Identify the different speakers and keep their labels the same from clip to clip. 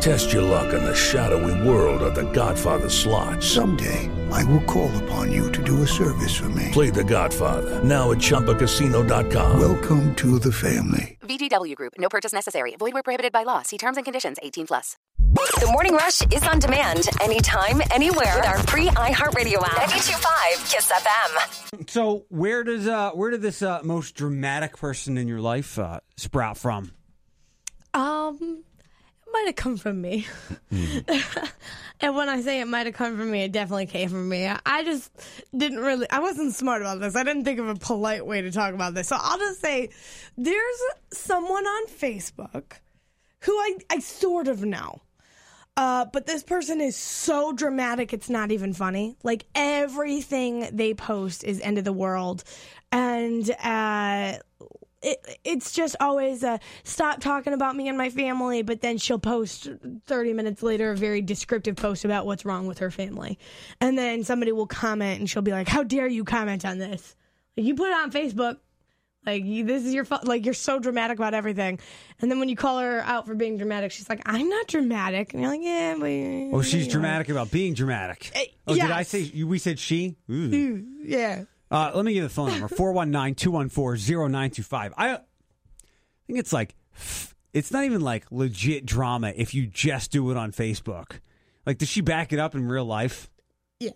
Speaker 1: Test your luck in the shadowy world of The Godfather slot.
Speaker 2: Someday, I will call upon you to do a service for me.
Speaker 1: Play The Godfather now at ChumbaCasino.com.
Speaker 2: Welcome to the family.
Speaker 3: VGW Group. No purchase necessary. Void where prohibited by law. See terms and conditions. 18 plus.
Speaker 4: The Morning Rush is on demand anytime, anywhere with our free iHeartRadio app. 92.5 Kiss FM.
Speaker 5: So where does uh where did this uh, most dramatic person in your life uh, sprout from?
Speaker 6: Um, it might have come from me. and when I say it might have come from me, it definitely came from me. I- I just didn't really, I wasn't smart about this. I didn't think of a polite way to talk about this. So I'll just say there's someone on Facebook who I, I sort of know. Uh, but this person is so dramatic, it's not even funny. Like everything they post is end of the world, and uh, it, it's just always a stop talking about me and my family. But then she'll post thirty minutes later a very descriptive post about what's wrong with her family, and then somebody will comment and she'll be like, "How dare you comment on this? Like, you put it on Facebook." Like you, this is your fu- like you're so dramatic about everything, and then when you call her out for being dramatic, she's like, "I'm not dramatic," and you're like, "Yeah, but
Speaker 5: Oh, she's dramatic about being dramatic.
Speaker 6: Eh,
Speaker 5: oh, did I
Speaker 6: yes. Hmm.
Speaker 5: say you- we said she? Ooh.
Speaker 6: yeah."
Speaker 5: Uh, let me give you the phone number 419-214-0925. I think it's like f- it's not even like legit drama if you just do it on Facebook. Like does she back it up in real life?
Speaker 6: Yeah.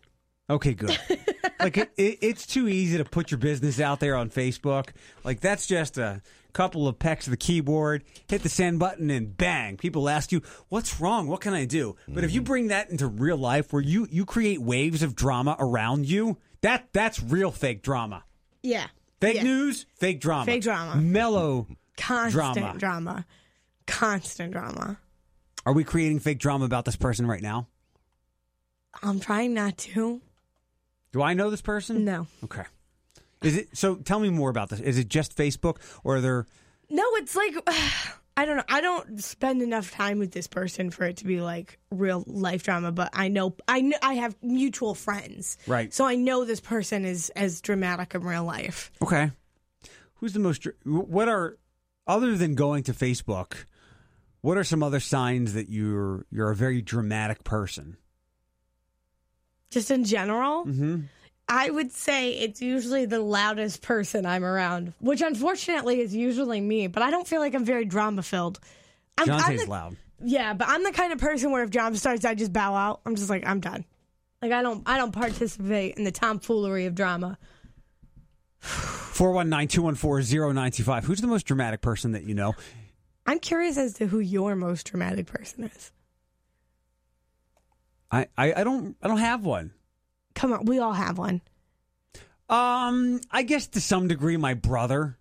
Speaker 5: Okay, good. like it, it, it's too easy to put your business out there on Facebook. Like that's just a couple of pecks of the keyboard, hit the send button, and bang! People ask you, "What's wrong? What can I do?" But if you bring that into real life, where you you create waves of drama around you, that that's real fake drama.
Speaker 6: Yeah.
Speaker 5: Fake
Speaker 6: Yeah.
Speaker 5: news, fake drama,
Speaker 6: Fake drama.
Speaker 5: mellow
Speaker 6: Constant
Speaker 5: drama.
Speaker 6: drama. Constant drama.
Speaker 5: Are we creating fake drama about this person right now?
Speaker 6: I'm trying not to.
Speaker 5: Do I know this person?
Speaker 6: No.
Speaker 5: Okay. Is it so? Tell me more about this. Is it just Facebook, or are there?
Speaker 6: No, it's like I don't know. I don't spend enough time with this person for it to be like real life drama, but I know I know I have mutual friends.
Speaker 5: Right.
Speaker 6: So I know this person is as dramatic in real life.
Speaker 5: Okay. Who's the most? dr- What are other than going to Facebook? What are some other signs that you're you're a very dramatic person?
Speaker 6: Just in general,
Speaker 5: Mm-hmm.
Speaker 6: I would say it's usually the loudest person I'm around, which unfortunately is usually me, but I don't feel like I'm very drama filled. I'm, I'm
Speaker 5: Jonte's
Speaker 6: the-
Speaker 5: loud.
Speaker 6: Yeah, but I'm the kind of person where if drama starts, I just bow out. I'm just like, I'm done. Like I don't, I don't participate in the tomfoolery of drama.
Speaker 5: 419-214-0925. Who's the most dramatic person that you know?
Speaker 6: I'm curious as to who your most dramatic person is.
Speaker 5: I, I, I don't I don't have one.
Speaker 6: Come on, we all have one.
Speaker 5: Um, I guess to some degree, my brother.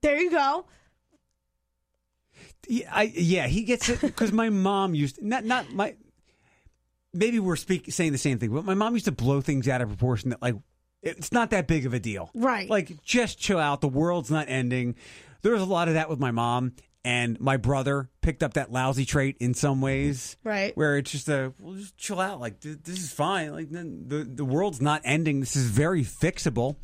Speaker 6: There you go.
Speaker 5: Yeah, I, yeah he gets it because my mom used not not my. Maybe we're speak, saying the same thing, but my mom used to blow things out of proportion. That like, it's not that big of a deal,
Speaker 6: Right.
Speaker 5: Like, just chill out. The world's not ending. There was a lot of that with my mom and my brother. Picked up that lousy trait in some ways,
Speaker 6: Right.
Speaker 5: Where it's just a well, just chill out. Like th- this is fine. Like n- the the world's not ending. This is very fixable.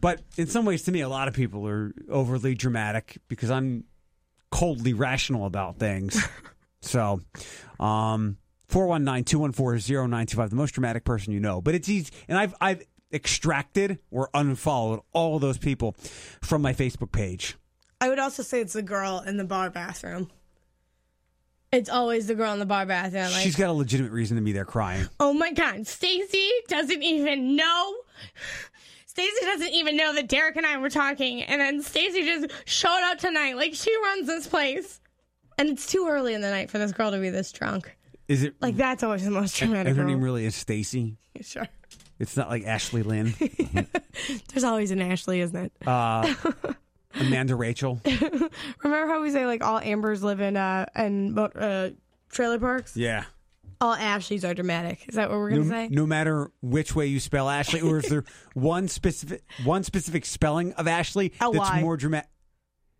Speaker 5: But in some ways, to me, a lot of people are overly dramatic because I'm coldly rational about things. so, um, 419-214-0925, the most dramatic person you know. But it's easy. And I've, I've extracted or unfollowed all those people from my Facebook page.
Speaker 6: I would also say it's the girl in the bar bathroom. It's always the girl in the bar bathroom. Like,
Speaker 5: She's got a legitimate reason to be there crying.
Speaker 6: oh my god, Stacy doesn't even know. Stacy doesn't even know that Derek and I were talking, and then Stacy just showed up tonight. Like she runs this place, and it's too early in the night for this girl to be this drunk.
Speaker 5: Is it?
Speaker 6: Like that's always the most dramatic.
Speaker 5: and her
Speaker 6: role.
Speaker 5: name really is Stacy.
Speaker 6: sure.
Speaker 5: It's not like Ashley Lynn, uh,
Speaker 6: There's always an Ashley, isn't it?
Speaker 5: Amanda Rachel.
Speaker 6: Remember how we say like all Ambers live in uh and uh trailer parks?
Speaker 5: Yeah.
Speaker 6: All Ashleys are dramatic. Is that what we're gonna
Speaker 5: no,
Speaker 6: say?
Speaker 5: no matter which way you spell Ashley, or is there one specific one specific spelling of Ashley that's
Speaker 6: LY.
Speaker 5: more dramatic?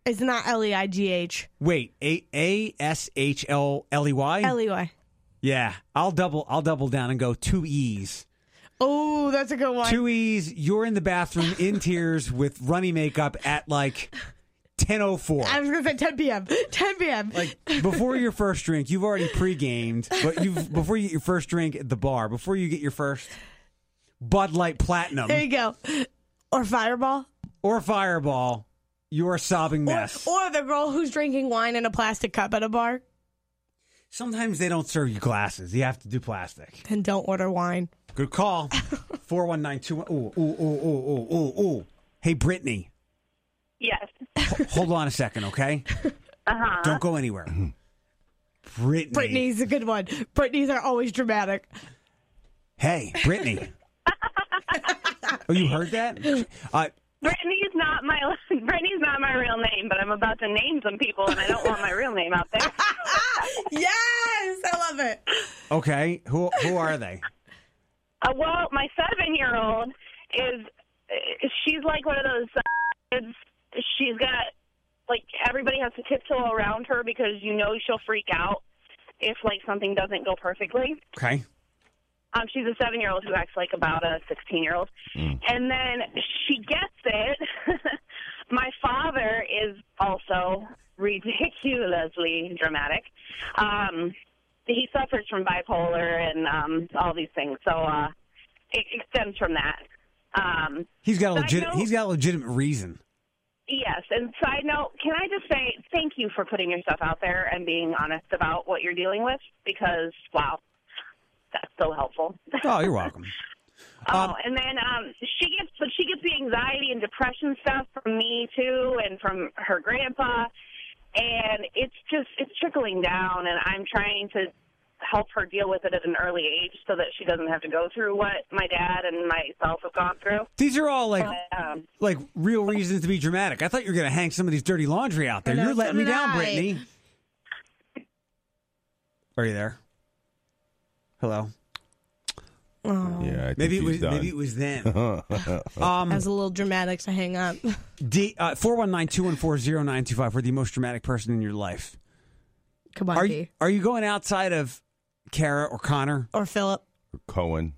Speaker 6: It's not L E I G H.
Speaker 5: Wait, A A S H L L E
Speaker 6: L
Speaker 5: Y.
Speaker 6: E Y.
Speaker 5: Yeah, I'll double. I'll double down and go two E's.
Speaker 6: Oh, that's a good one.
Speaker 5: Two E's. You're in the bathroom in tears with runny makeup at like ten oh four.
Speaker 6: I was gonna say 10 p.m. 10 p.m.
Speaker 5: Like before your first drink, you've already pre-gamed, but you've before you get your first drink at the bar, before you get your first Bud Light Platinum
Speaker 6: there you go. Or Fireball.
Speaker 5: or Fireball, you're a sobbing mess.
Speaker 6: Or the girl who's drinking wine in a plastic cup at a bar.
Speaker 5: Sometimes they don't serve you glasses. You have to do plastic.
Speaker 6: Then don't order wine.
Speaker 5: Good call. 4192. Ooh, ooh, ooh, ooh, ooh, ooh, ooh. Hey, Brittany,
Speaker 7: Yes.
Speaker 5: h- hold on a second, okay? Uh-huh. Don't go anywhere. Brittany.
Speaker 6: Brittany's a good one. Brittany's are always dramatic.
Speaker 5: Hey, Brittany. oh, you heard that? Uh,
Speaker 7: Brittany's not my Brittany's not my real name, but I'm about to name some people, and I don't want my real name out there.
Speaker 6: Yes, I love it.
Speaker 5: okay, who, who are they?
Speaker 7: Uh, well, my seven-year-old is uh, she's like one of those uh, kids. She's got like everybody has to tiptoe around her because you know she'll freak out if like something doesn't go perfectly.
Speaker 5: Okay.
Speaker 7: Um, she's a seven year old who acts like about a 16 year old. And then she gets it. My father is also ridiculously dramatic. Um, he suffers from bipolar and um, all these things. So uh, it, it stems from that. Um,
Speaker 5: He's got a
Speaker 7: Side
Speaker 5: legit.
Speaker 7: note-
Speaker 5: He's got a legitimate reason.
Speaker 7: Yes, and side note, can I just say thank you for putting yourself out there and being honest about what you're dealing with because, wow, that's so helpful.
Speaker 5: Oh, you're welcome.
Speaker 7: Oh,
Speaker 5: Um,
Speaker 7: and then um, she gets, but she gets the anxiety and depression stuff from me too, and from her grandpa, and it's just it's trickling down, and I'm trying to help her deal with it at an early age so that she doesn't have to go through what my dad and myself have gone through.
Speaker 5: These are all like
Speaker 7: But, um,
Speaker 5: like real reasons to be dramatic. I thought you were going to hang some of these dirty laundry out there.
Speaker 6: I know,
Speaker 5: You're letting me
Speaker 6: so did
Speaker 5: down,
Speaker 6: I.
Speaker 5: Brittany. Are you there? Hello.
Speaker 8: Yeah, I think
Speaker 5: Um, Maybe it
Speaker 8: he's
Speaker 5: was
Speaker 8: done.
Speaker 5: maybe it was then. um,
Speaker 6: I was a little dramatic to hang up.
Speaker 5: D uh, four one nine two one four zero nine two five. We're the most dramatic person in your life.
Speaker 6: Come on,
Speaker 5: Are you
Speaker 6: D.
Speaker 5: are you going outside of Kara or Connor?
Speaker 6: Or Philip.
Speaker 8: Cohen.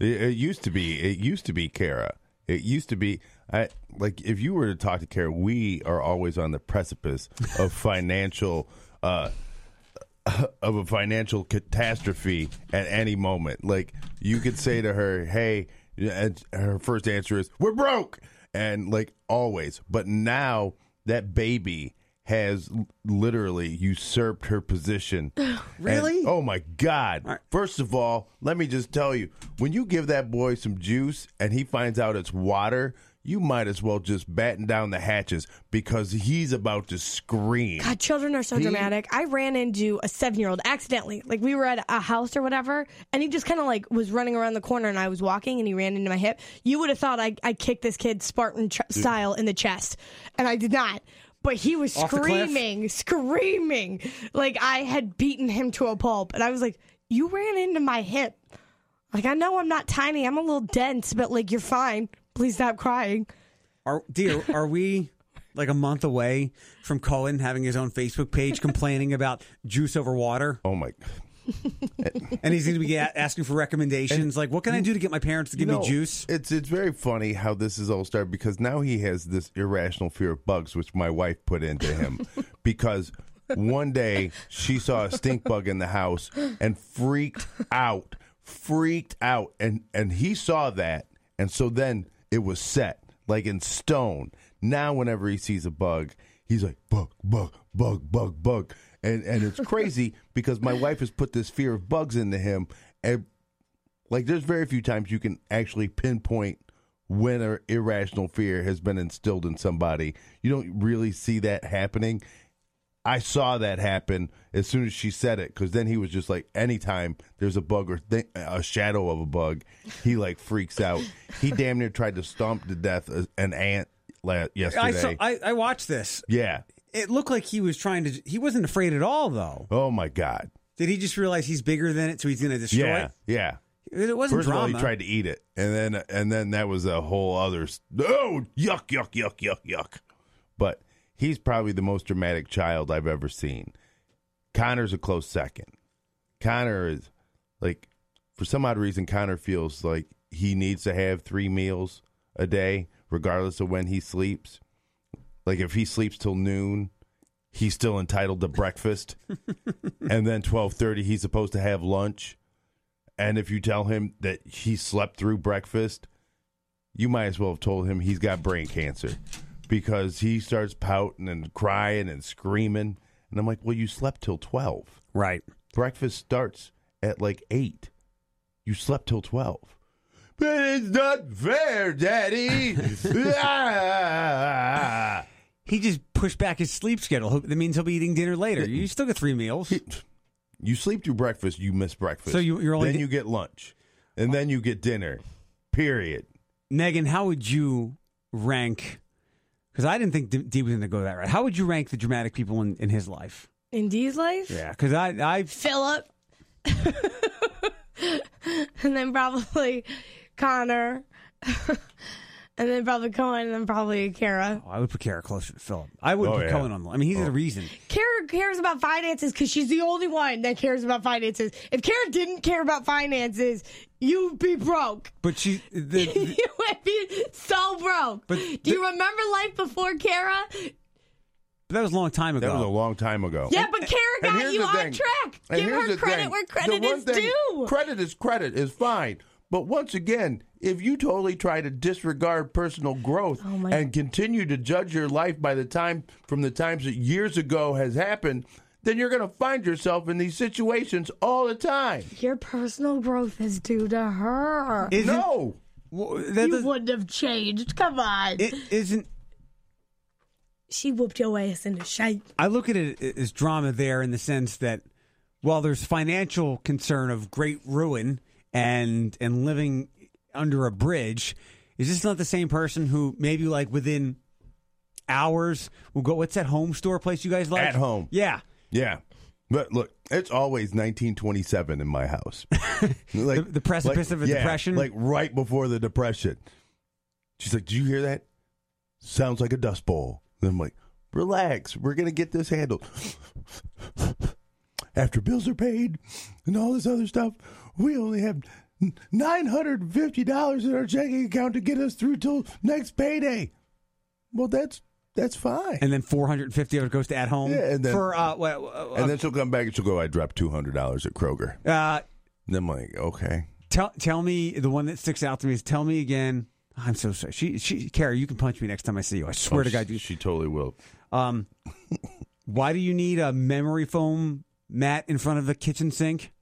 Speaker 8: it, it used to be. It used to be Kara. It used to be. I like if you were to talk to Kara, we are always on the precipice of financial. Uh, of a financial catastrophe at any moment. Like you could say to her, "Hey," and her first answer is, "We're broke," and like always. But now that baby has l- literally usurped her position. really? oh my God! First of all, let me just tell you, when you give that boy some juice and he finds out it's water. You might as well just batten down the hatches because he's about to scream.
Speaker 6: God, children are so dramatic. I ran into a seven year old accidentally. Like we were at a house or whatever, and he just kind of like was running around the corner, and I was walking, and he ran into my hip. You would have thought I I kicked this kid Spartan tr- style in the chest, and I did not. But he was
Speaker 5: Off the cliff?
Speaker 6: screaming, screaming, like I had beaten him to a pulp, and I was like, "You ran into my hip." Like I know I'm not tiny, I'm a little dense, but like you're fine. Please stop crying.
Speaker 5: Are dear, are we like a month away from Cohen having his own Facebook page complaining about juice over water?
Speaker 8: Oh my!
Speaker 5: And he's going to be a- asking for recommendations like, what can I do to get my parents to give
Speaker 8: No,
Speaker 5: me juice?
Speaker 8: It's it's very funny how this is all started because now he has this irrational fear of bugs, which my wife put into him because one day she saw a stink bug in the house and freaked out, freaked out, and and he saw that, and so then it was set like in stone. Now whenever he sees a bug, he's like bug, bug, bug, bug, bug. And, and it's crazy because my wife has put this fear of bugs into him, and like there's very few times you can actually pinpoint when an irrational fear has been instilled in somebody you don't really see that happening i saw that happen as soon as she said it because then he was just like anytime there's a bug or th- a shadow of a bug he like freaks out he damn near tried to stomp to death a- an ant la- yesterday
Speaker 5: I, saw, I, I watched this.
Speaker 8: yeah
Speaker 5: It looked like he was trying to. He wasn't afraid at all, though.
Speaker 8: oh my god
Speaker 5: Did he just realize he's bigger than it, so he's going to destroy
Speaker 8: yeah yeah
Speaker 5: it? It wasn't
Speaker 8: First
Speaker 5: drama.
Speaker 8: of all, he tried to eat it, and then and then that was a whole other. s- Oh, yuck, yuck, yuck, yuck, yuck. But He's probably the most dramatic child I've ever seen. Connor's a close second. Connor is like, for some odd reason, Connor feels like he needs to have three meals a day, regardless of when he sleeps. Like, if he sleeps till noon, he's still entitled to breakfast, and then twelve thirty, he's supposed to have lunch. And if you tell him that he slept through breakfast, you might as well have told him he's got brain cancer because he starts pouting and crying and screaming. And I'm like, well, you slept till 12.
Speaker 5: Right.
Speaker 8: Breakfast starts at like 8. You slept till 12. But it's not fair, Daddy. Ah.
Speaker 5: He just pushed back his sleep schedule. Hope- That means he'll be eating dinner later. You still get three meals.
Speaker 8: You sleep through breakfast, you miss breakfast.
Speaker 5: So you- you're only
Speaker 8: then
Speaker 5: get-
Speaker 8: you get lunch, and then you get dinner. Period.
Speaker 5: Megan, how would you rank? Because I didn't think D, D was going to go that right. How would you rank the dramatic people in, in his life?
Speaker 6: In Dee's life?
Speaker 5: Yeah, because I, I,
Speaker 6: Philip. and then probably Connor. and then probably Cohen, and then probably Kara.
Speaker 5: oh, I would put Kara closer to Philip. I would
Speaker 8: Oh,
Speaker 5: put
Speaker 8: yeah.
Speaker 5: Cohen on. I mean, he's the reason.
Speaker 6: Kara cares about finances because she's the only one that cares about finances. If Kara didn't care about finances, you'd be broke.
Speaker 5: But she, the, the-
Speaker 6: you would be so broke.
Speaker 5: But
Speaker 6: Do you remember life before Kara?
Speaker 5: that was a long time ago.
Speaker 8: That was a long time ago.
Speaker 6: Yeah, but Kara
Speaker 8: Oh, And
Speaker 6: got
Speaker 8: here's
Speaker 6: you
Speaker 8: the
Speaker 6: on
Speaker 8: thing.
Speaker 6: track.
Speaker 8: And
Speaker 6: Give
Speaker 8: here's
Speaker 6: her
Speaker 8: the
Speaker 6: credit
Speaker 8: thing.
Speaker 6: where
Speaker 8: The
Speaker 6: credit
Speaker 8: one
Speaker 6: is
Speaker 8: thing-
Speaker 6: due.
Speaker 8: Credit is credit is fine. But once again, if you totally try to disregard personal growth
Speaker 6: Oh my-
Speaker 8: and continue to judge your life by the time from the times that years ago has happened, then you're going to find yourself in these situations all the time.
Speaker 6: Your personal growth is due to her.
Speaker 5: Isn't-
Speaker 8: no.
Speaker 5: well, that
Speaker 6: you
Speaker 5: does-
Speaker 6: wouldn't have changed. Come on.
Speaker 5: it isn't.
Speaker 6: she whooped your ass into shape.
Speaker 5: I look at it as drama there in the sense that while there's financial concern of great ruin and and living under a bridge, is this not the same person who maybe like within hours will go? What's that home store place you guys like?
Speaker 8: At Home.
Speaker 5: yeah.
Speaker 8: Yeah. But look, it's always 1927 in my house. like
Speaker 5: The- the precipice of a
Speaker 8: yeah,
Speaker 5: depression?
Speaker 8: Like right before the depression. She's like, "Do you hear that? Sounds like a dust bowl." And I'm like, "Relax, we're going to get this handled." After bills are paid and all this other stuff, we only have $950 in our checking account to get us through till next payday. Well, that's that's fine.
Speaker 5: And then 450 of it goes to At Home
Speaker 8: Yeah, and then-
Speaker 5: for uh, what, uh,
Speaker 8: And then she'll come back and she'll go, I dropped two hundred dollars at Kroger.
Speaker 5: uh,
Speaker 8: And I'm like, okay.
Speaker 5: Tell tell me the one that sticks out to me is tell me again. I'm so sorry. She she Carrie, you can punch me next time I see you. I swear to God.
Speaker 8: she,
Speaker 5: You,
Speaker 8: Oh, she totally will.
Speaker 5: um, why do you need a memory foam mat in front of the kitchen sink?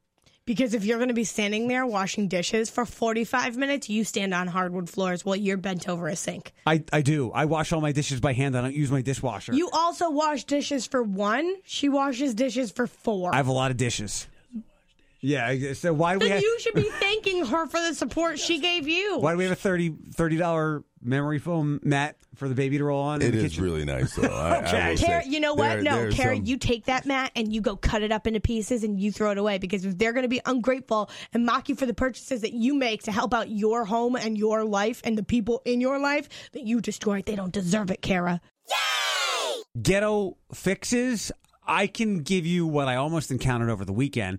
Speaker 6: Because if you're going to be standing there washing dishes for 45 minutes, you stand on hardwood floors while you're bent over a sink.
Speaker 5: I, I do. I wash all my dishes by hand. I don't use my dishwasher.
Speaker 6: You also wash dishes for one. She washes dishes for four.
Speaker 5: I have a lot of dishes. Yeah. I- So why do we
Speaker 6: then
Speaker 5: have,
Speaker 6: you should be thanking her for the support she gave you.
Speaker 5: why do we have a 30 dollar memory foam mat for the baby to roll on? in
Speaker 8: It
Speaker 5: the
Speaker 8: is
Speaker 5: kitchen?
Speaker 8: really nice though. I, I will say.
Speaker 6: Kara, you know what?
Speaker 8: There-
Speaker 6: no,
Speaker 8: there's
Speaker 6: Kara,
Speaker 8: some-
Speaker 6: you take that mat and you go cut it up into pieces and you throw it away because if they're going to be ungrateful and mock you for the purchases that you make to help out your home and your life and the people in your life that you destroyed, they don't deserve it, Kara.
Speaker 5: ghetto fixes. I can give you what I almost encountered over the weekend.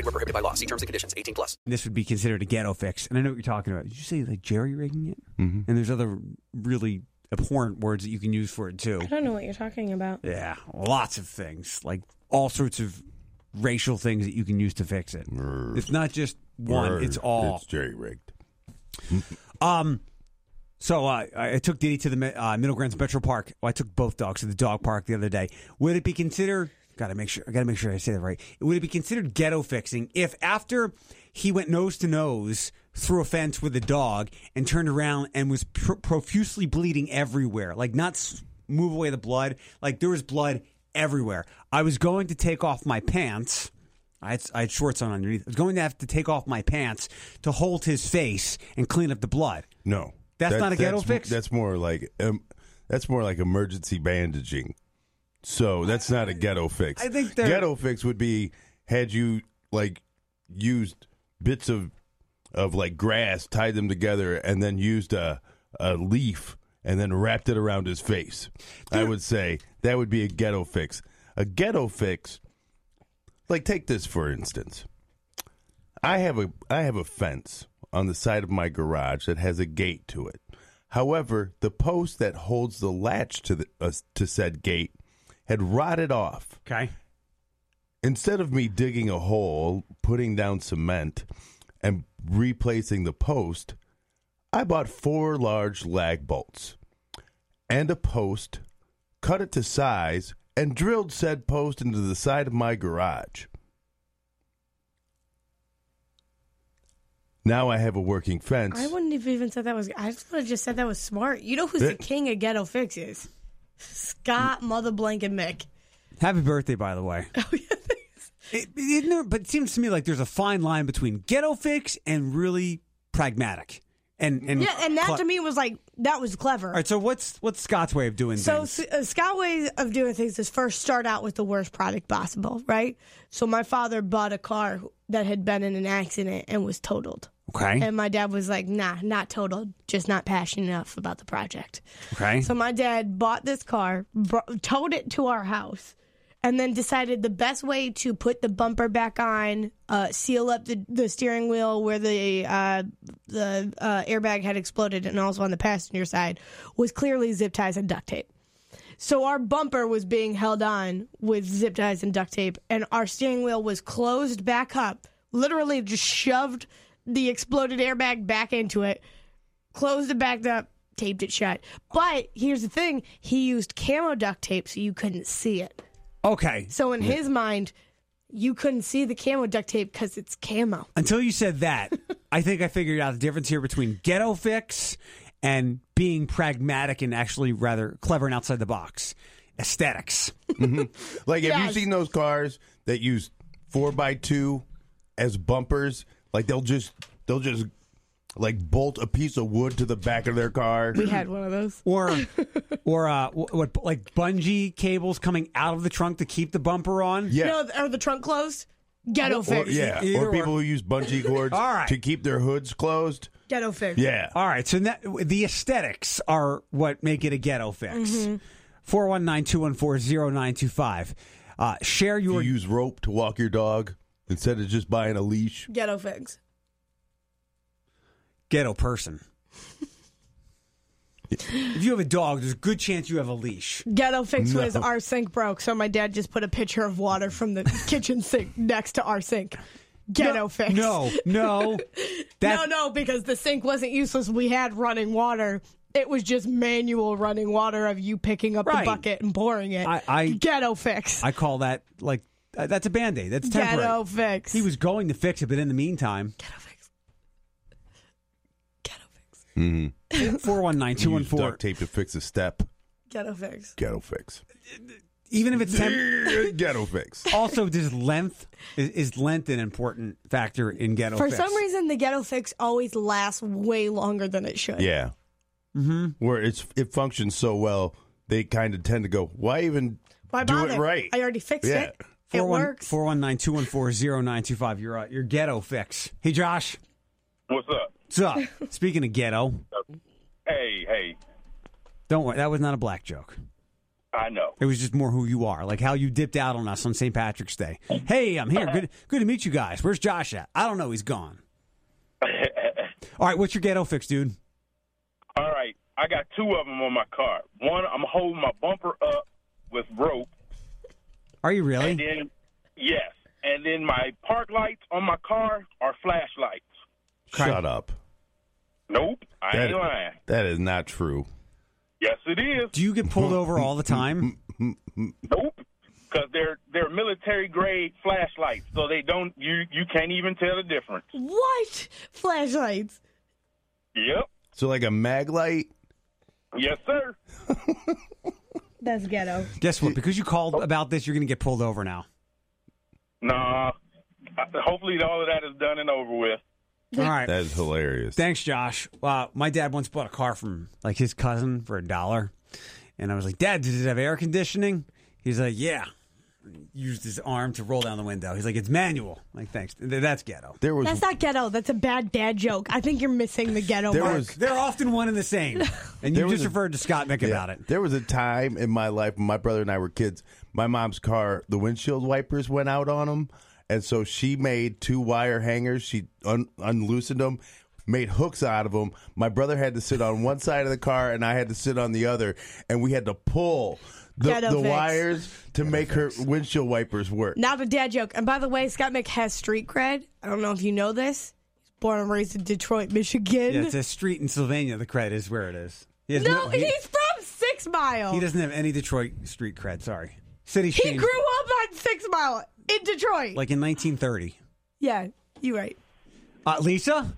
Speaker 5: this would be considered a ghetto fix, and I know what you're talking about. Did you say like jerry-rigging it? Mm-hmm. And there's other really abhorrent words that you can use for it too.
Speaker 6: I don't know what you're talking about.
Speaker 5: Yeah, lots of things, like all sorts of racial things that you can use to fix it. It's not just one; it's all.
Speaker 8: It's jerry rigged.
Speaker 5: Um, so uh, I I took Diddy to the Mi- uh, Middle Grounds Metro Park. Well, I took both dogs to the dog park the other day. Would it be considered? Got to make sure. I got to make sure I say that right. Would it be considered ghetto fixing if after he went nose to nose through a fence with a dog and turned around and was pr- profusely bleeding everywhere, like not s- move away the blood. Like there was blood everywhere. I was going to take off my pants. I had, I had shorts on underneath. I was going to have to take off my pants to hold his face and clean up the blood.
Speaker 8: No,
Speaker 5: That's
Speaker 8: That-
Speaker 5: not a ghetto
Speaker 8: that's-
Speaker 5: fix?
Speaker 8: That's more like um, that's more like emergency bandaging. So that's not a ghetto fix.
Speaker 5: I think they're-
Speaker 8: ghetto fix would be had you like used bits of of like grass, tied them together, and then used a a leaf and then wrapped it around his face. I would say that would be a ghetto fix. A ghetto fix, like take this for instance. I have a I have a fence on the side of my garage that has a gate to it. However, the post that holds the latch to the uh, to said gate had rotted off.
Speaker 5: Okay.
Speaker 8: Instead of me digging a hole, putting down cement, and replacing the post, I bought four large lag bolts and a post, cut it to size, and drilled said post into the side of my garage. Now I have a working fence.
Speaker 6: I wouldn't have even said that was. I just would have just said that was smart. You know who's the
Speaker 8: Yeah.
Speaker 6: king of ghetto fixes? Scott Mother Blank and Mick.
Speaker 5: Happy birthday, by the way. Oh, yeah, it, isn't there, but it seems to me like there's a fine line between ghetto fix and really pragmatic. And, and
Speaker 6: Yeah, and that
Speaker 5: cle-
Speaker 6: to me was like that was clever.
Speaker 5: All right, so what's what's Scott's way of doing
Speaker 6: So
Speaker 5: things?
Speaker 6: S- uh, Scott's way of doing things is first start out with the worst product possible, right? So my father bought a car that had been in an accident and was totaled,
Speaker 5: Okay.
Speaker 6: and my dad was like, "Nah, not totaled, just not passionate enough about the project."
Speaker 5: Okay.
Speaker 6: So my dad bought this car, bro- towed it to our house, and then decided the best way to put the bumper back on, uh, seal up the, the steering wheel where the uh, the uh, airbag had exploded, and also on the passenger side was clearly zip ties and duct tape. So our bumper was being held on with zip ties and duct tape, and our steering wheel was closed back up. Literally, just shoved the exploded airbag back into it, closed it back up, taped it shut. But here's the thing: he used camo duct tape so you couldn't see it.
Speaker 5: okay.
Speaker 6: So in his mind, you couldn't see the camo duct tape because it's camo.
Speaker 5: Until you said that, I think I figured out the difference here between ghetto fix and being pragmatic and actually rather clever and outside the box. Aesthetics.
Speaker 8: Like, have
Speaker 6: Yes.
Speaker 8: you seen those cars that use four by two as bumpers? Like, they'll just they'll just like bolt a piece of wood to the back of their car.
Speaker 6: We had one of those.
Speaker 5: Or or uh wh- what like bungee cables coming out of the trunk to keep the bumper on.
Speaker 8: Yeah,
Speaker 6: No, are the trunk closed? Ghetto
Speaker 8: or,
Speaker 6: fix.
Speaker 8: yeah,
Speaker 5: E- Either
Speaker 8: or
Speaker 5: or.
Speaker 8: people who use bungee cords
Speaker 5: All right.
Speaker 8: to keep their hoods closed.
Speaker 6: Ghetto fix.
Speaker 8: Yeah,
Speaker 5: All right, so that, the aesthetics are what make it a ghetto fix.
Speaker 6: Mm-hmm.
Speaker 5: Four one nine two one four zero nine two five. Uh, share
Speaker 8: you
Speaker 5: your
Speaker 8: use rope to walk your dog instead of just buying a leash.
Speaker 6: Ghetto fix.
Speaker 5: ghetto person. if you have a dog, there's a good chance you have a leash.
Speaker 6: Ghetto fix
Speaker 8: No.
Speaker 6: was our sink broke, so my dad just put a pitcher of water from the kitchen sink next to our sink. Ghetto
Speaker 5: no,
Speaker 6: fix.
Speaker 5: No, no. That,
Speaker 6: no, no, because the sink wasn't useless. We had running water. It was just manual running water of you picking up
Speaker 5: Right.
Speaker 6: the bucket and pouring it.
Speaker 5: I- I-
Speaker 6: ghetto fix.
Speaker 5: I call that like uh, that's a band aid. That's temporary.
Speaker 6: ghetto fix.
Speaker 5: He was going to fix it, but in the meantime,
Speaker 6: ghetto fix. Ghetto fix.
Speaker 5: four one nine two
Speaker 8: You
Speaker 5: one
Speaker 8: use
Speaker 5: four.
Speaker 8: duct tape to fix a step.
Speaker 6: Ghetto fix.
Speaker 8: Ghetto fix.
Speaker 5: Even if it's temp-
Speaker 8: Ghetto fix.
Speaker 5: also does length is, is length an important factor in ghetto?
Speaker 6: For
Speaker 5: fix?
Speaker 6: some reason, the ghetto fix always lasts way longer than it should.
Speaker 8: Yeah. Mm-hmm. Where it's it functions so well, they kind of tend to go, why even
Speaker 6: Why
Speaker 8: do
Speaker 6: bother?
Speaker 8: it right?
Speaker 6: I already fixed
Speaker 8: Yeah.
Speaker 6: it. it works.
Speaker 5: Four one nine two one four zero nine two five. Your uh, your ghetto fix. Hey Josh,
Speaker 9: What's up?
Speaker 5: what's up? Speaking of ghetto,
Speaker 9: Hey, hey,
Speaker 5: don't worry, that was not a black joke.
Speaker 9: I know.
Speaker 5: It was just more who you are, like how you dipped out on us on St. Patrick's Day. Hey, I'm here. Good, good to meet you guys. Where's Josh at? I don't know. He's gone. All right, what's your ghetto fix, dude?
Speaker 9: All right, I got two of them on my car. One, I'm holding my bumper up with rope,
Speaker 5: Are you
Speaker 9: and
Speaker 5: really?
Speaker 9: then yes, and then my park lights on my car are flashlights.
Speaker 8: Shut up.
Speaker 9: Nope, I ain't lying.
Speaker 8: that is not true.
Speaker 9: Yes, it is.
Speaker 5: Do you get pulled over all the time?
Speaker 9: Nope, because they're they're military grade flashlights, so they don't you you can't even tell the difference.
Speaker 6: what? Flashlights.
Speaker 9: Yep.
Speaker 8: So like a mag light?
Speaker 9: Yes, sir.
Speaker 6: That's ghetto.
Speaker 5: Guess what? Because you called about this, you're going to get pulled over now.
Speaker 9: Nah. Hopefully, all of that is done and over with.
Speaker 5: All right.
Speaker 8: That is hilarious.
Speaker 5: Thanks, Josh. Uh, my dad once bought a car from like his cousin for a dollar, and I was like, "Dad, does it have air conditioning?" He's like, "Yeah." Used his arm to roll down the window. He's like, "It's manual." I'm like, thanks. Th- That's ghetto.
Speaker 8: There was
Speaker 6: That's not ghetto. That's a bad dad joke. I think you're missing the ghetto
Speaker 8: There
Speaker 6: mark.
Speaker 8: was-
Speaker 5: They're often one and the same. And you
Speaker 8: There was
Speaker 5: just
Speaker 8: a-
Speaker 5: referred to Scott Mick about it.
Speaker 8: There was a time in my life when my brother and I were kids. My mom's car, the windshield wipers went out on them, and so she made two wire hangers. She un- unloosened them, made hooks out of them. My brother had to sit on one side of the car, and I had to sit on the other, and we had to pull the,
Speaker 6: Ghetto
Speaker 8: the
Speaker 6: fix.
Speaker 8: wires to make her windshield wipers work.
Speaker 6: Not a dad joke. And by the way, Scott Mick has street cred. I don't know if you know this. He's born and raised in Detroit, Michigan.
Speaker 5: Yeah, it's a street in Sylvania. The cred is where it is. He has
Speaker 6: no,
Speaker 5: he,
Speaker 6: he's from Six Mile.
Speaker 5: he
Speaker 6: He,
Speaker 5: doesn't have any Detroit street cred. Sorry, city. changed-
Speaker 6: grew up on Six Mile in Detroit.
Speaker 5: like in 1930.
Speaker 6: yeah, you're right.
Speaker 5: Uh, Lisa,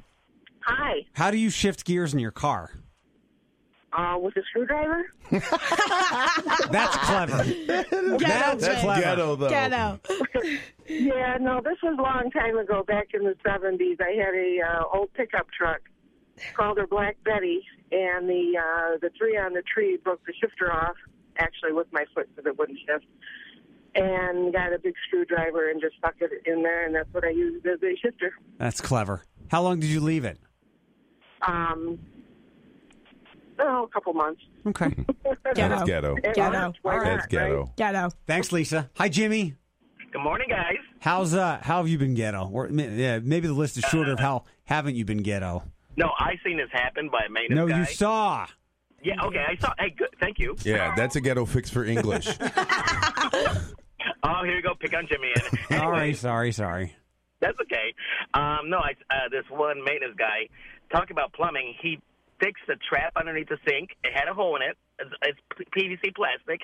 Speaker 7: Hi,
Speaker 5: how do you shift gears in your car?
Speaker 7: uh, with a screwdriver.
Speaker 5: That's clever. That's
Speaker 6: Ghetto,
Speaker 5: clever.
Speaker 8: Ghetto though.
Speaker 6: Ghetto.
Speaker 7: Yeah, no, this was a long time ago, back in the 70s. I had a uh, old pickup truck called her Black Betty, and the uh, the tree on the tree broke the shifter off, actually with my foot, so that it wouldn't shift. And got a big screwdriver and just stuck it in there, and that's what I used as a shifter.
Speaker 5: That's clever. How long did you leave it?
Speaker 7: Um, oh, a couple months.
Speaker 5: Okay.
Speaker 8: That's
Speaker 6: Ghetto.
Speaker 8: ghetto.
Speaker 7: It
Speaker 6: Ghetto.
Speaker 7: worked. Why not,
Speaker 8: That's
Speaker 7: right?
Speaker 8: ghetto.
Speaker 6: Ghetto.
Speaker 5: Thanks, Lisa. Hi, Jimmy.
Speaker 9: Good morning, guys.
Speaker 5: How's uh? How have you been ghetto? Or ma- yeah, maybe the list is shorter of how haven't you been ghetto?
Speaker 9: No, I seen this happen by a maintenance
Speaker 5: No, you saw.
Speaker 9: Yeah, okay, I saw. Hey, good. Thank you.
Speaker 8: Yeah, that's a ghetto fix for English.
Speaker 9: Oh, here you go. Pick on Jimmy. And
Speaker 5: All right, sorry, sorry.
Speaker 9: That's okay. Um, no, I, uh, this one maintenance guy, talk about plumbing. He fixed the trap underneath the sink. It had a hole in it. It's, it's p- PVC plastic.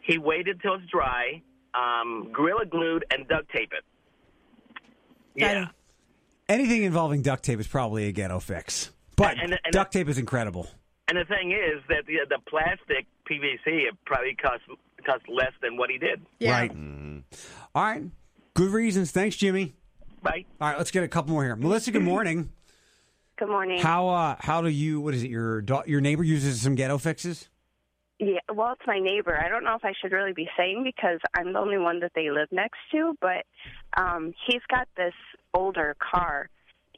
Speaker 9: He waited till it's dry, um, gorilla glued, and duct tape it. Yeah.
Speaker 6: Ghetto.
Speaker 5: Anything involving duct tape is probably a ghetto fix, but
Speaker 9: And- and-
Speaker 5: duct tape is incredible.
Speaker 9: And the thing is that the the plastic PVC it probably cost cost less than what he did.
Speaker 6: Yeah.
Speaker 5: Right. All right. Good reasons. Thanks, Jimmy.
Speaker 9: Right.
Speaker 5: All right, let's get a couple more here. Melissa, good morning.
Speaker 7: Good morning.
Speaker 5: How uh how do you what is it your da- your neighbor uses some ghetto fixes?
Speaker 7: Yeah, well, it's my neighbor. I don't know if I should really be saying because I'm the only one that they live next to, but um, he's got this older car,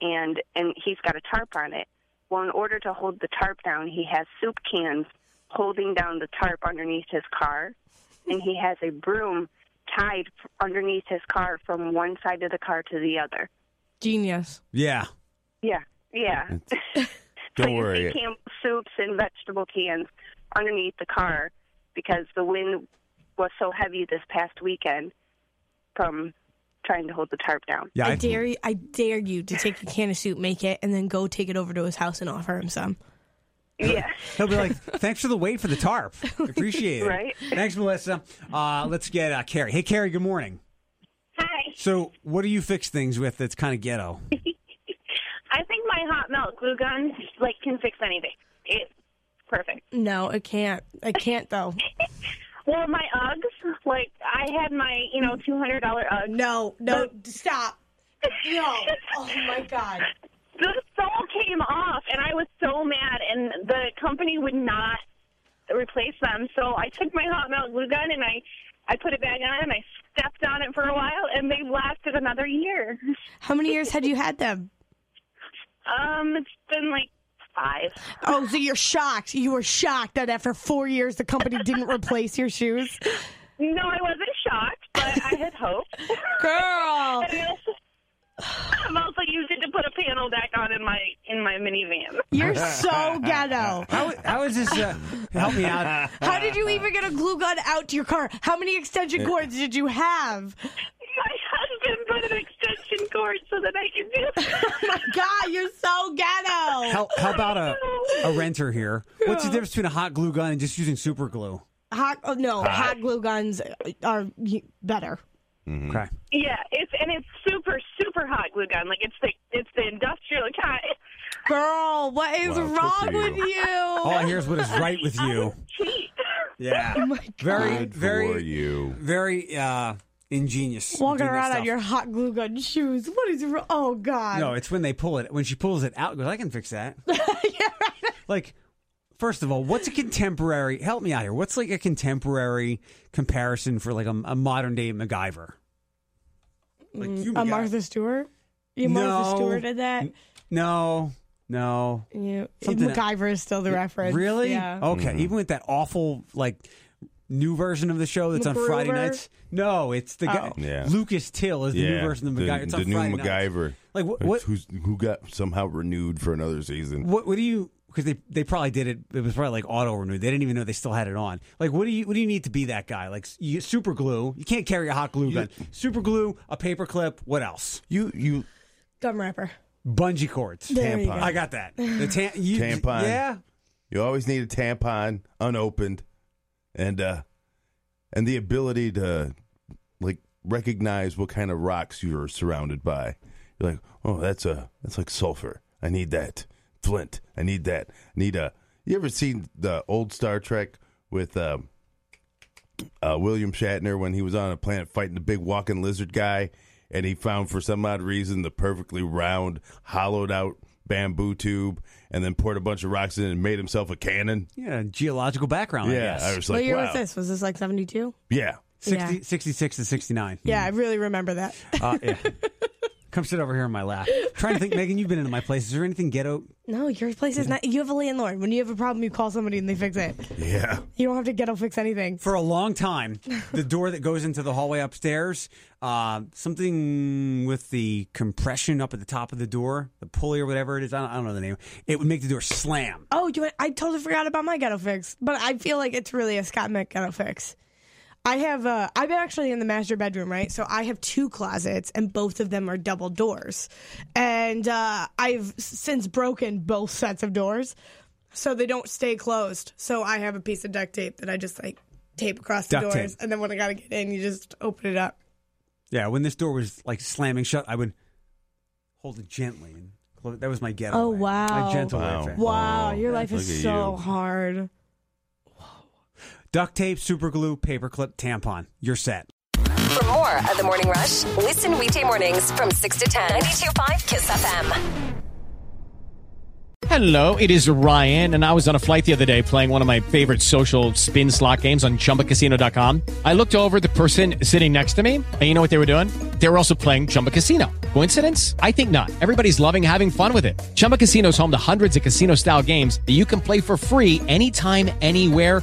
Speaker 7: and and he's got a tarp on it. Well, in order to hold the tarp down, he has soup cans holding down the tarp underneath his car, and he has a broom tied f- underneath his car from one side of the car to the other.
Speaker 6: Genius.
Speaker 5: Yeah.
Speaker 7: Yeah, yeah.
Speaker 8: Don't
Speaker 7: so
Speaker 8: worry.
Speaker 7: You see canned soups and vegetable cans underneath the car because the wind was so heavy this past weekend from trying to hold the tarp down.
Speaker 5: Yeah,
Speaker 6: I
Speaker 5: I-
Speaker 6: dare you, I dare you to take a can of soup, make it, and then go take it over to his house and offer him some.
Speaker 7: Yeah.
Speaker 5: He'll be like, thanks for the wait for the tarp. Appreciate it.
Speaker 7: Right.
Speaker 5: Thanks, Melissa. Uh, let's get uh, Carrie. Hey, Carrie, good morning.
Speaker 7: Hi.
Speaker 5: So, what do you fix things with that's kind of ghetto?
Speaker 7: I think my hot melt glue gun like can fix anything. It's perfect.
Speaker 6: No, it can't. I can't though.
Speaker 7: Well, my Uggs, like I had my, you know, two hundred dollar Uggs.
Speaker 6: No, no, stop. No. Oh my god.
Speaker 7: the sole came off, and I was so mad, and the company would not replace them. So I took my hot melt glue gun and I, I put it back on, and I stepped on it for a while, and they lasted another year.
Speaker 6: How many years had you had them?
Speaker 7: Um, it's been like five.
Speaker 6: Oh, so you're shocked. You were shocked that after four years the company didn't replace your shoes.
Speaker 7: No, I wasn't shocked, but I had hoped.
Speaker 6: Girl.
Speaker 7: And I also- I'm also used it to put a panel back on in my in my minivan.
Speaker 6: You're so ghetto.
Speaker 5: How, how is this? Uh, help me out.
Speaker 6: How did you even get a glue gun out to your car? How many extension cords did you have?
Speaker 7: My husband put an extension cord so that I could do.
Speaker 6: My God, you're so ghetto.
Speaker 5: How, how about a, a renter here? What's the difference between a hot glue gun and just using super glue?
Speaker 6: Hot, oh, no, hot glue guns are y- better.
Speaker 8: Mm.
Speaker 5: Okay.
Speaker 7: Yeah, it's and it's super super hot glue gun. Like it's the it's the industrial kind.
Speaker 6: Girl, what is
Speaker 8: Wow, good
Speaker 6: wrong
Speaker 8: for you.
Speaker 6: with you?
Speaker 5: All I hear is what is right with you. Yeah. Very,
Speaker 8: Good for
Speaker 5: very,
Speaker 8: you.
Speaker 5: very uh, ingenious.
Speaker 6: Walking
Speaker 5: doing that
Speaker 6: around on
Speaker 5: stuff.
Speaker 6: your hot glue gun shoes. What is wrong? Oh, God.
Speaker 5: No, it's when they pull it. When she pulls it out, goes, I can fix that. Like, first of all, what's a contemporary? Help me out here. What's like a contemporary comparison for like a, a modern day MacGyver? Like you,
Speaker 6: Uh,
Speaker 5: MacGy-
Speaker 6: Martha Stewart? You
Speaker 5: No.
Speaker 6: Martha Stewart did that?
Speaker 5: No, no.
Speaker 6: You,
Speaker 5: Something-
Speaker 6: MacGyver is still the reference.
Speaker 5: Really? Oh.
Speaker 6: Yeah.
Speaker 5: Okay.
Speaker 8: Mm-hmm.
Speaker 5: Even with that awful like new version of the show that's on Friday
Speaker 6: MacGruber?
Speaker 5: nights. No, it's the guy
Speaker 8: Oh. Yeah.
Speaker 5: Lucas Till is the
Speaker 8: yeah,
Speaker 5: new version of
Speaker 8: the,
Speaker 5: MacGyver. it's on
Speaker 8: the new
Speaker 5: Friday nights.
Speaker 8: MacGyver.
Speaker 5: Like, what- what-
Speaker 8: Who's, who got somehow renewed for another season?
Speaker 5: What What do you? Because they they probably did it. It was probably like auto renewed. They didn't even know they still had it on. Like, what do you what do you need to be that guy? Like, you, super glue. You can't carry a hot glue gun. Super glue, a paper clip. What else?
Speaker 8: You you
Speaker 6: Gum wrapper.
Speaker 5: Bungee cords.
Speaker 6: There you
Speaker 8: Tampon.
Speaker 5: I got that. The tan- you,
Speaker 8: Tampon.
Speaker 5: Yeah.
Speaker 8: You always need a tampon unopened, and uh, and the ability to like recognize what kind of rocks you're surrounded by. You're like, oh, that's a that's like sulfur. I need that flint. I need that. I need a. You ever seen the old Star Trek with um, uh, William Shatner when he was on a planet fighting the big walking lizard guy, and he found for some odd reason the perfectly round, hollowed out bamboo tube, and then poured a bunch of rocks in it and made himself a cannon.
Speaker 5: Yeah. Geological background. I
Speaker 8: yeah,
Speaker 5: guess.
Speaker 8: I was
Speaker 6: what
Speaker 8: like,
Speaker 6: year
Speaker 8: wow,
Speaker 6: was this? Was this like
Speaker 5: Mm.
Speaker 6: 72?
Speaker 5: 60,
Speaker 6: Yeah.
Speaker 5: 66 to sixty nine.
Speaker 6: Yeah, I really remember that.
Speaker 5: Uh, yeah. Come sit over here in my lap. trying to think, Megan. You've been into my place. Is there anything ghetto?
Speaker 6: No, your place
Speaker 5: Mm-hmm.
Speaker 6: is not. You have a landlord. When you have a problem, you call somebody and they fix it.
Speaker 8: yeah, yeah.
Speaker 6: You don't have to ghetto fix anything.
Speaker 5: for a long time, the door that goes into the hallway upstairs, uh, something with the compression up at the top of the door, the pulley or whatever it is, I don't, I don't know the name. It would make the door slam.
Speaker 6: Oh, you, I totally forgot about my ghetto fix, but I feel like it's really a Scott Mick ghetto fix. I have, uh, I'm actually in the master bedroom, right? So I have two closets, and both of them are double doors. And uh, I've since broken both sets of doors, so they don't stay closed. So I have a piece of duct tape that I just like tape across the
Speaker 5: Duct tape.
Speaker 6: doors, and then when I gotta get in, you just open it up.
Speaker 5: Yeah, when this door was like slamming shut, I would hold it gently and close. That was my ghetto.
Speaker 6: Oh,
Speaker 5: way.
Speaker 6: wow.
Speaker 5: my gentle way
Speaker 8: Wow.
Speaker 5: of it.
Speaker 6: Wow,
Speaker 8: Oh,
Speaker 6: your life is
Speaker 8: look at
Speaker 6: so
Speaker 8: you.
Speaker 6: hard.
Speaker 5: Duct tape, super glue, paper clip, tampon. You're set.
Speaker 4: For more of The Morning Rush, listen weekday mornings from 6 to 10. 92.5 Kiss FM.
Speaker 10: Hello, it is Ryan, and I was on a flight the other day playing one of my favorite social spin slot games on chumbacasino.com. I looked over at the person sitting next to me, and you know what they were doing? They were also playing Chumba Casino. Coincidence? I think not. Everybody's loving having fun with it. Chumba Casino is home to hundreds of casino style games that you can play for free anytime, anywhere,